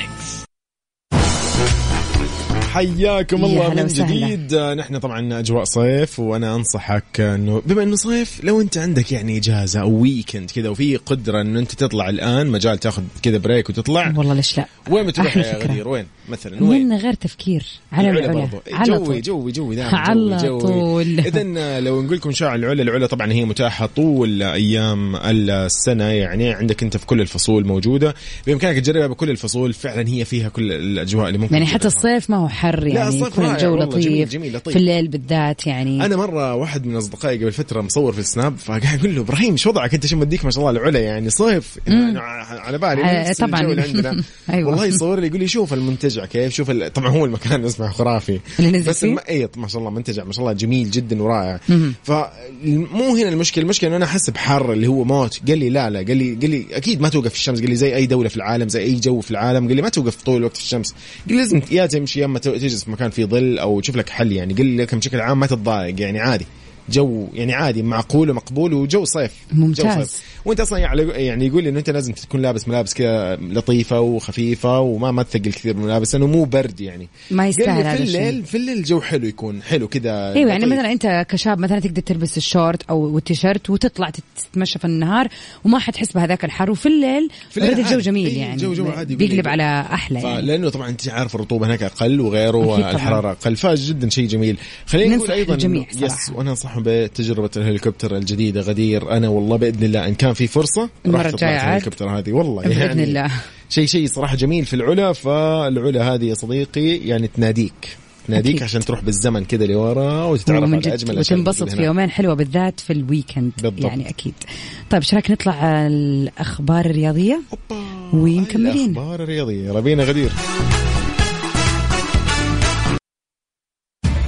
Speaker 1: حياكم
Speaker 2: يا
Speaker 1: الله
Speaker 2: هلا
Speaker 1: من
Speaker 2: وسهلا.
Speaker 1: جديد آه، نحن طبعا اجواء صيف وانا انصحك انه بما انه صيف لو انت عندك يعني اجازه او ويكند كذا وفي قدره انه انت تطلع الان مجال تاخذ كذا بريك وتطلع
Speaker 2: والله ليش لا
Speaker 1: وين بتروح
Speaker 2: أحلى
Speaker 1: يا
Speaker 2: فكرة.
Speaker 1: غدير وين مثلا وين
Speaker 2: من غير تفكير على العلا
Speaker 1: برضو. إيه،
Speaker 2: على
Speaker 1: جوي
Speaker 2: طول
Speaker 1: جوي جوي دائما
Speaker 2: على طول.
Speaker 1: اذا لو نقول لكم شاع العلا العلا طبعا هي متاحه طول ايام السنه يعني عندك انت في كل الفصول موجوده بامكانك تجربها بكل الفصول فعلا هي فيها كل الاجواء اللي ممكن
Speaker 2: يعني حتى
Speaker 1: تجربها.
Speaker 2: الصيف ما هو حر يعني
Speaker 1: الصيف
Speaker 2: يكون
Speaker 1: رائع
Speaker 2: الجو
Speaker 1: والله،
Speaker 2: لطيف,
Speaker 1: جميل- جميل، لطيف.
Speaker 2: في الليل بالذات يعني
Speaker 1: انا مره واحد من اصدقائي قبل فتره مصور في السناب فقاعد اقول له ابراهيم شو وضعك انت شو مديك ما شاء الله العلا يعني صيف يعني على بالي
Speaker 2: آه،
Speaker 1: نفس الجو
Speaker 2: طبعاً.
Speaker 1: اللي عندنا
Speaker 2: أيوة.
Speaker 1: والله يصور لي يقول لي شوف المنتجع كيف شوف ال- طبعا هو المكان اسمه خرافي
Speaker 2: اللي نزل
Speaker 1: بس
Speaker 2: فيه؟
Speaker 1: الم... اي ما شاء الله منتجع ما شاء الله جميل جدا ورائع فمو هنا المشكله المشكله انه انا احس بحر اللي هو موت قال لي لا لا قال لي قال لي اكيد ما توقف الشمس قال لي زي اي دوله في العالم زي اي جو في العالم قال لي ما توقف طول الوقت في الشمس قال لي لازم يا تمشي يا اما تو- تجلس في مكان فيه ظل او تشوف لك حل يعني قال لي لكن بشكل عام ما تتضايق يعني عادي جو يعني عادي معقول ومقبول وجو صيف
Speaker 2: ممتاز.
Speaker 1: جو صيف. وانت اصلا يعني- يعني يقول لي انه انت لازم تكون لابس ملابس كذا لطيفه وخفيفه وما ما تثقل كثير من الملابس لانه مو برد يعني
Speaker 2: ما يستاهل
Speaker 1: قال لي
Speaker 2: هذا
Speaker 1: في
Speaker 2: الشيء.
Speaker 1: الليل في الليل الجو حلو يكون حلو كذا
Speaker 2: ايوه يعني
Speaker 1: لطيف.
Speaker 2: مثلا انت كشاب مثلا تقدر تلبس الشورت او والتيشيرت وتطلع تتمشى في النهار وما حتحس بهذاك الحر وفي الليل
Speaker 1: في الليل
Speaker 2: برد الجو
Speaker 1: عادي.
Speaker 2: جميل
Speaker 1: أي
Speaker 2: يعني
Speaker 1: الجو جو عادي يقول لي.
Speaker 2: بيقلب على احلى يعني
Speaker 1: لانه طبعا انت عارف الرطوبه هناك اقل وغيره
Speaker 2: أكيد طبعاً.
Speaker 1: والحراره اقل فجدا شيء جميل خلينا نقول
Speaker 2: ننصح
Speaker 1: ايضا
Speaker 2: الجميع
Speaker 1: إنه- يس
Speaker 2: صراحة.
Speaker 1: وانا انصحهم بتجربه الهليكوبتر الجديده غدير انا والله باذن الله ان كان في فرصه
Speaker 2: المرة
Speaker 1: راح تطلع
Speaker 2: الجاية عاد.
Speaker 1: الهليكوبتر هذه والله
Speaker 2: بإذن
Speaker 1: يعني
Speaker 2: الله.
Speaker 1: شيء شيء صراحه جميل في العلا فالعلا هذه يا صديقي يعني تناديك تناديك
Speaker 2: أكيد.
Speaker 1: عشان تروح بالزمن كذا لورا وتتعرف
Speaker 2: ومن
Speaker 1: على
Speaker 2: جد
Speaker 1: اجمل الأشياء
Speaker 2: وتنبسط
Speaker 1: اللي
Speaker 2: في يومين حلوه بالذات في الويكند
Speaker 1: بالضبط.
Speaker 2: يعني اكيد طيب ايش رايك نطلع الاخبار الرياضيه ومكملين
Speaker 1: الاخبار الرياضيه يلا بينا غدير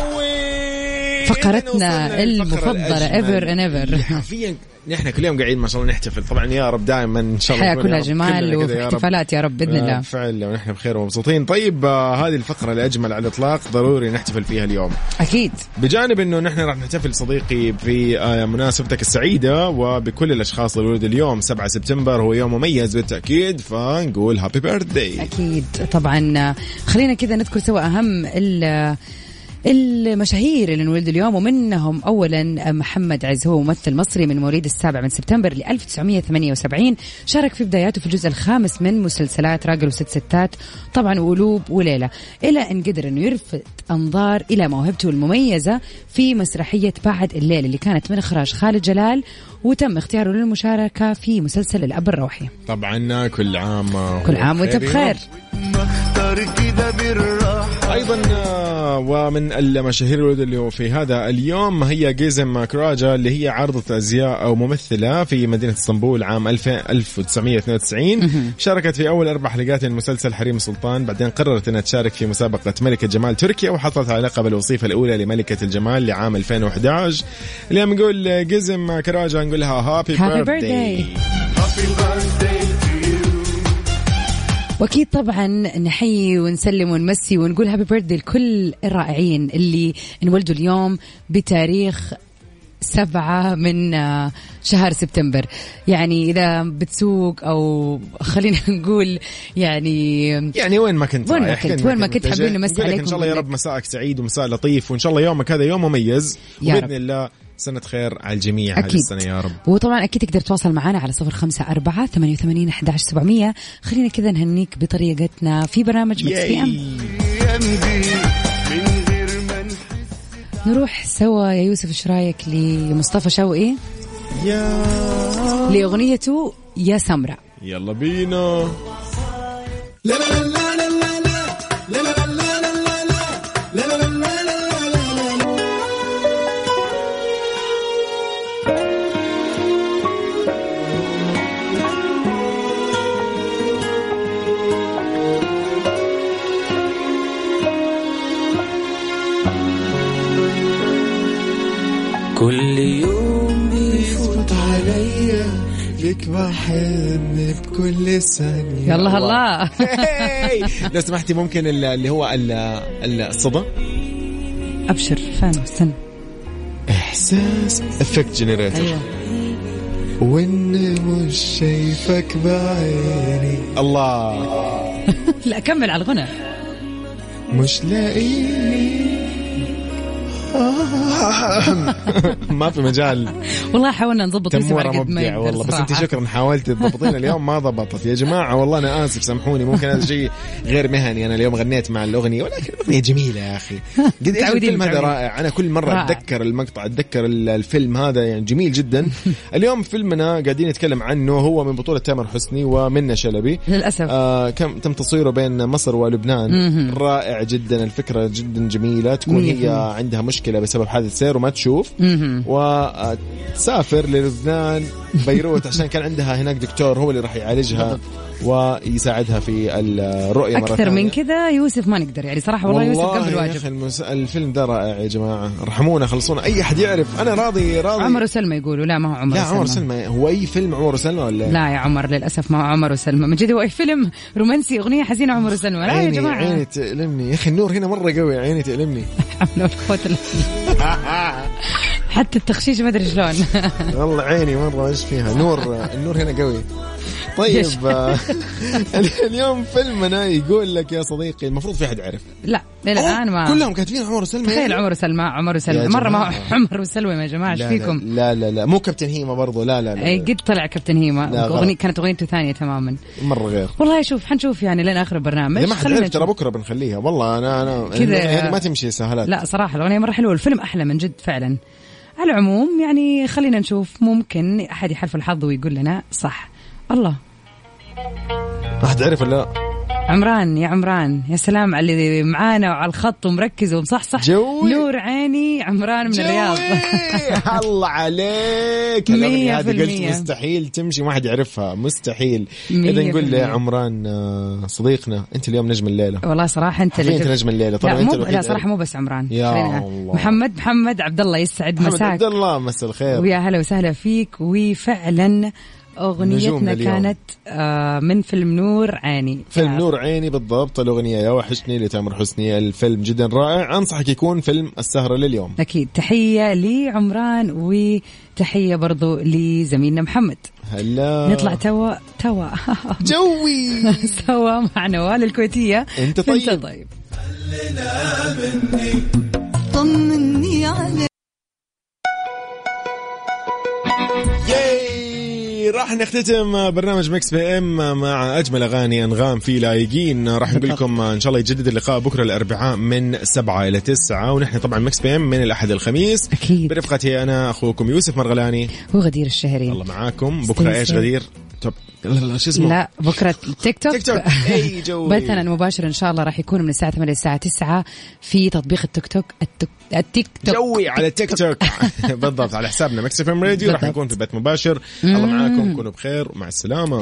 Speaker 1: جوي
Speaker 2: فقرتنا
Speaker 1: إحنا وصلنا للفقرة
Speaker 2: المفضلة
Speaker 1: الأجمل.
Speaker 2: ever and ever.
Speaker 1: حرفيا إيه، نحن كل يوم قاعدين ما شاء الله نحتفل طبعا يا رب دائما ان شاء الله
Speaker 2: حياة
Speaker 1: يكون طيب، يا
Speaker 2: كلها
Speaker 1: رب
Speaker 2: جمال
Speaker 1: كلنا كذا يا رب.
Speaker 2: واحتفالات يا رب باذن
Speaker 1: آه،
Speaker 2: الله
Speaker 1: بالفعل ونحن بخير ومبسوطين طيب آه، هذه الفقرة الأجمل على الإطلاق ضروري نحتفل فيها اليوم
Speaker 2: اكيد
Speaker 1: بجانب انه نحن راح نحتفل صديقي في آه، مناسبتك السعيده وبكل الاشخاص الولد اليوم 7 سبتمبر هو يوم مميز بالتاكيد فنقول هابي بيرثداي
Speaker 2: اكيد طبعا خلينا كذا نذكر سوا اهم ال المشاهير اللي انولدوا اليوم ومنهم اولا محمد عز هو ممثل مصري من مواليد السابع من سبتمبر ل 1978 شارك في بداياته في الجزء الخامس من مسلسلات راجل وست ستات طبعا وقلوب وليله الى ان قدر انه يلفت انظار الى موهبته المميزه في مسرحيه بعد الليل اللي كانت من اخراج خالد جلال وتم اختياره للمشاركه في مسلسل الاب الروحي
Speaker 1: طبعا كل عام آه،
Speaker 2: كل عام وانت
Speaker 1: يا رب.
Speaker 2: بخير
Speaker 1: ايضا آه، ومن المشاهير الولد اللي في هذا اليوم هي جيزم كراجا اللي هي عارضة ازياء او ممثله في مدينه اسطنبول عام 2000 1992 شاركت في اول اربع حلقات من مسلسل حريم سلطان بعدين قررت انها تشارك في مسابقه ملكه جمال تركيا وحصلت على لقب الوصيفه الاولى لملكه الجمال لعام 2011 اليوم نقول جيزم كراجا نقول لها هابي
Speaker 2: Happy
Speaker 1: بيرثداي
Speaker 2: birthday. واكيد طبعا نحيي ونسلم ونمسي ونقول هابي بيرثدي لكل الرائعين اللي انولدوا اليوم بتاريخ سبعة من آه، شهر سبتمبر يعني إذا بتسوق أو خلينا نقول يعني
Speaker 1: يعني وين ما كنت
Speaker 2: وين ما
Speaker 1: رايح،
Speaker 2: كنت- وين ما كنت، حابين نمسي
Speaker 1: نقول لك
Speaker 2: عليكم
Speaker 1: ان شاء الله يا
Speaker 2: ونقول
Speaker 1: رب مساءك سعيد ومساء لطيف وان شاء الله يومك هذا يوم مميز
Speaker 2: يا رب.
Speaker 1: وباذن الله سنه خير على الجميع هذه
Speaker 2: أكيد.
Speaker 1: السنه يا رب
Speaker 2: وطبعا اكيد تقدر تتواصل معنا على صفر خمسة أربعة ثمانية وثمانين أحد عشر سبعمية خلينا كذا نهنيك بطريقتنا في برنامج مكس بي ام نروح سوا يا يوسف ايش رايك لمصطفى شوقي
Speaker 1: يا
Speaker 2: لاغنيته يا سمرة
Speaker 1: يلا بينا
Speaker 6: كل يوم بيفوت عليا
Speaker 4: لك بحن بكل ثانية
Speaker 2: يا الله الله
Speaker 1: لو سمحتي ممكن ال- اللي هو ال- ال- الصدى
Speaker 2: ابشر فانوس استنى
Speaker 4: إحساس
Speaker 1: افكت جنريتور
Speaker 4: وإني مش شايفك بعيني
Speaker 1: الله
Speaker 2: لا كمل على الغنى
Speaker 4: مش لاقيني
Speaker 1: ما في مجال
Speaker 2: والله حاولنا نضبط اسم على
Speaker 1: تموره
Speaker 2: قد ما
Speaker 1: مبدع
Speaker 2: يقدر
Speaker 1: والله بس انت
Speaker 2: صراحة.
Speaker 1: شكرا حاولت تضبطين اليوم ما ضبطت يا جماعه والله انا اسف سامحوني ممكن هذا شيء غير مهني انا اليوم غنيت مع الاغنيه ولكن الاغنيه جميله يا اخي قد ايش
Speaker 2: متعودين-
Speaker 1: الفيلم هذا
Speaker 2: متعودين.
Speaker 1: رائع انا كل مره
Speaker 2: رائع.
Speaker 1: اتذكر المقطع اتذكر ال- الفيلم هذا يعني جميل جدا اليوم فيلمنا قاعدين نتكلم عنه هو من بطوله تامر حسني ومنى شلبي
Speaker 2: للاسف
Speaker 1: آه كم تم تصويره بين مصر ولبنان
Speaker 2: مهم.
Speaker 1: رائع جدا الفكره جدا جميله تكون هي
Speaker 2: مية
Speaker 1: عندها مشكله بسبب حادث سير وما تشوف
Speaker 2: مهم.
Speaker 1: وتسافر للبنان بيروت عشان كان عندها هناك دكتور هو اللي راح يعالجها ويساعدها في الرؤيه مرة
Speaker 2: اكثر
Speaker 1: ثانية.
Speaker 2: من كذا يوسف ما نقدر يعني صراحه والله, يوسف قبل
Speaker 1: يا
Speaker 2: واجب
Speaker 1: أخي المس... الفيلم ده رائع يا جماعه ارحمونا خلصونا اي احد يعرف انا راضي راضي
Speaker 2: عمر وسلمى يقولوا لا ما هو عمر
Speaker 1: لا عمر
Speaker 2: وسلمى.
Speaker 1: سلمى هو اي فيلم عمر سلمى ولا
Speaker 2: لا يا عمر للاسف ما هو عمر وسلمى من جد هو أي فيلم رومانسي اغنيه حزينه عمر وسلمى لا يا
Speaker 1: عيني
Speaker 2: جماعه
Speaker 1: عيني تألمني يا اخي النور هنا مره قوي عيني تألمني
Speaker 2: حمل والقوة إلا- حتى التخشيش ما ادري شلون
Speaker 1: والله عيني مره ايش فيها نور النور هنا قوي طيب آه، اليوم فيلمنا يقول لك يا صديقي المفروض في احد يعرف
Speaker 2: لا الان ما
Speaker 1: كلهم كاتبين عمر وسلمى
Speaker 2: تخيل
Speaker 1: يعني؟
Speaker 2: عمر وسلمى عمر
Speaker 1: يا
Speaker 2: وسلمى مره ما هو
Speaker 1: جماعة.
Speaker 2: عمر وسلمى يا جماعه ايش
Speaker 1: لا،
Speaker 2: فيكم
Speaker 1: لا لا لا مو كابتن هيما برضو لا لا لا,
Speaker 2: اي قد طلع كابتن هيما
Speaker 1: لا، غلط.
Speaker 2: أغنية كانت اغنيته ثانيه تماما
Speaker 1: مره غير
Speaker 2: والله شوف حنشوف يعني لين اخر البرنامج
Speaker 1: اذا ما حد
Speaker 2: خلينا
Speaker 1: عرف ترى
Speaker 2: نشوف.
Speaker 1: بكره بنخليها والله انا انا
Speaker 2: كذا-
Speaker 1: كذا ما تمشي سهلات
Speaker 2: لا صراحة الأغنية مرة حلوة الفيلم أحلى من جد فعلا على العموم يعني خلينا نشوف ممكن أحد يحلف الحظ ويقول لنا صح الله
Speaker 1: ما حد عرف ولا لا؟
Speaker 2: عمران يا عمران يا سلام على اللي معانا وعلى الخط ومركز ومصحصح
Speaker 1: جوي.
Speaker 2: نور عيني عمران من الرياض
Speaker 1: جوي! الله عليك الأغنية
Speaker 2: مية
Speaker 1: هذه
Speaker 2: في
Speaker 1: قلت
Speaker 2: المية.
Speaker 1: مستحيل تمشي ما حد يعرفها مستحيل
Speaker 2: مية
Speaker 1: اذا نقول
Speaker 2: في المية.
Speaker 1: لعمران آه، صديقنا انت اليوم نجم الليله
Speaker 2: والله صراحة أنت
Speaker 1: حرفياً
Speaker 2: اللي
Speaker 1: أنت نجم الليلة، طبعاً
Speaker 2: لا,
Speaker 1: أنت
Speaker 2: مو
Speaker 1: الوحيد
Speaker 2: لا صراحة
Speaker 1: اللي-
Speaker 2: مو بس عمران
Speaker 1: يا
Speaker 2: خلينا-
Speaker 1: الله.
Speaker 2: محمد محمد عبد الله يسعد
Speaker 1: محمد
Speaker 2: مساك
Speaker 1: عبد الله مساء الخير
Speaker 2: ويا هلا وسهلا فيك وفعلا
Speaker 1: نجومنا
Speaker 2: أغنيتنا
Speaker 1: اليوم.
Speaker 2: كانت آه من فيلم نور عيني
Speaker 1: فيلم نور عيني بالضبط الأغنية يا وحشني لتامر حسني الفيلم جدا رائع أنصحك يكون فيلم السهرة لليوم
Speaker 2: أكيد تحية لعمران وتحية برضو لزميلنا محمد
Speaker 1: هلا
Speaker 2: نطلع توا توا
Speaker 1: جوي
Speaker 2: سوا مع نوال الكويتية
Speaker 1: أنت طيب.
Speaker 2: أنت طيب
Speaker 1: ياي راح نختتم برنامج مكس بي ام مع اجمل اغاني انغام في لايقين راح نقول لكم ان شاء الله يجدد اللقاء بكره الاربعاء من 7 الى 9 ونحن طبعا مكس بي ام من الاحد الخميس
Speaker 2: أكيد.
Speaker 1: برفقتي انا اخوكم يوسف مرغلاني
Speaker 2: وغدير الشهري
Speaker 1: الله معاكم بكره
Speaker 2: Stay
Speaker 1: ايش
Speaker 2: safe.
Speaker 1: غدير طب لا لا شو اسمه
Speaker 2: لا بكرة تيك توك
Speaker 1: تيك توك. أيوة. أي جو.
Speaker 2: بثنا مباشر إن شاء الله راح يكون من الساعة 8 للساعة 9 في تطبيق التيك توك التك- التيك توك
Speaker 1: جوي على تيك توك بالضبط على حسابنا مكس اف ام راديو راح
Speaker 2: بالضبط.
Speaker 1: نكون في بث مباشر الله معاكم كونوا بخير ومع السلامه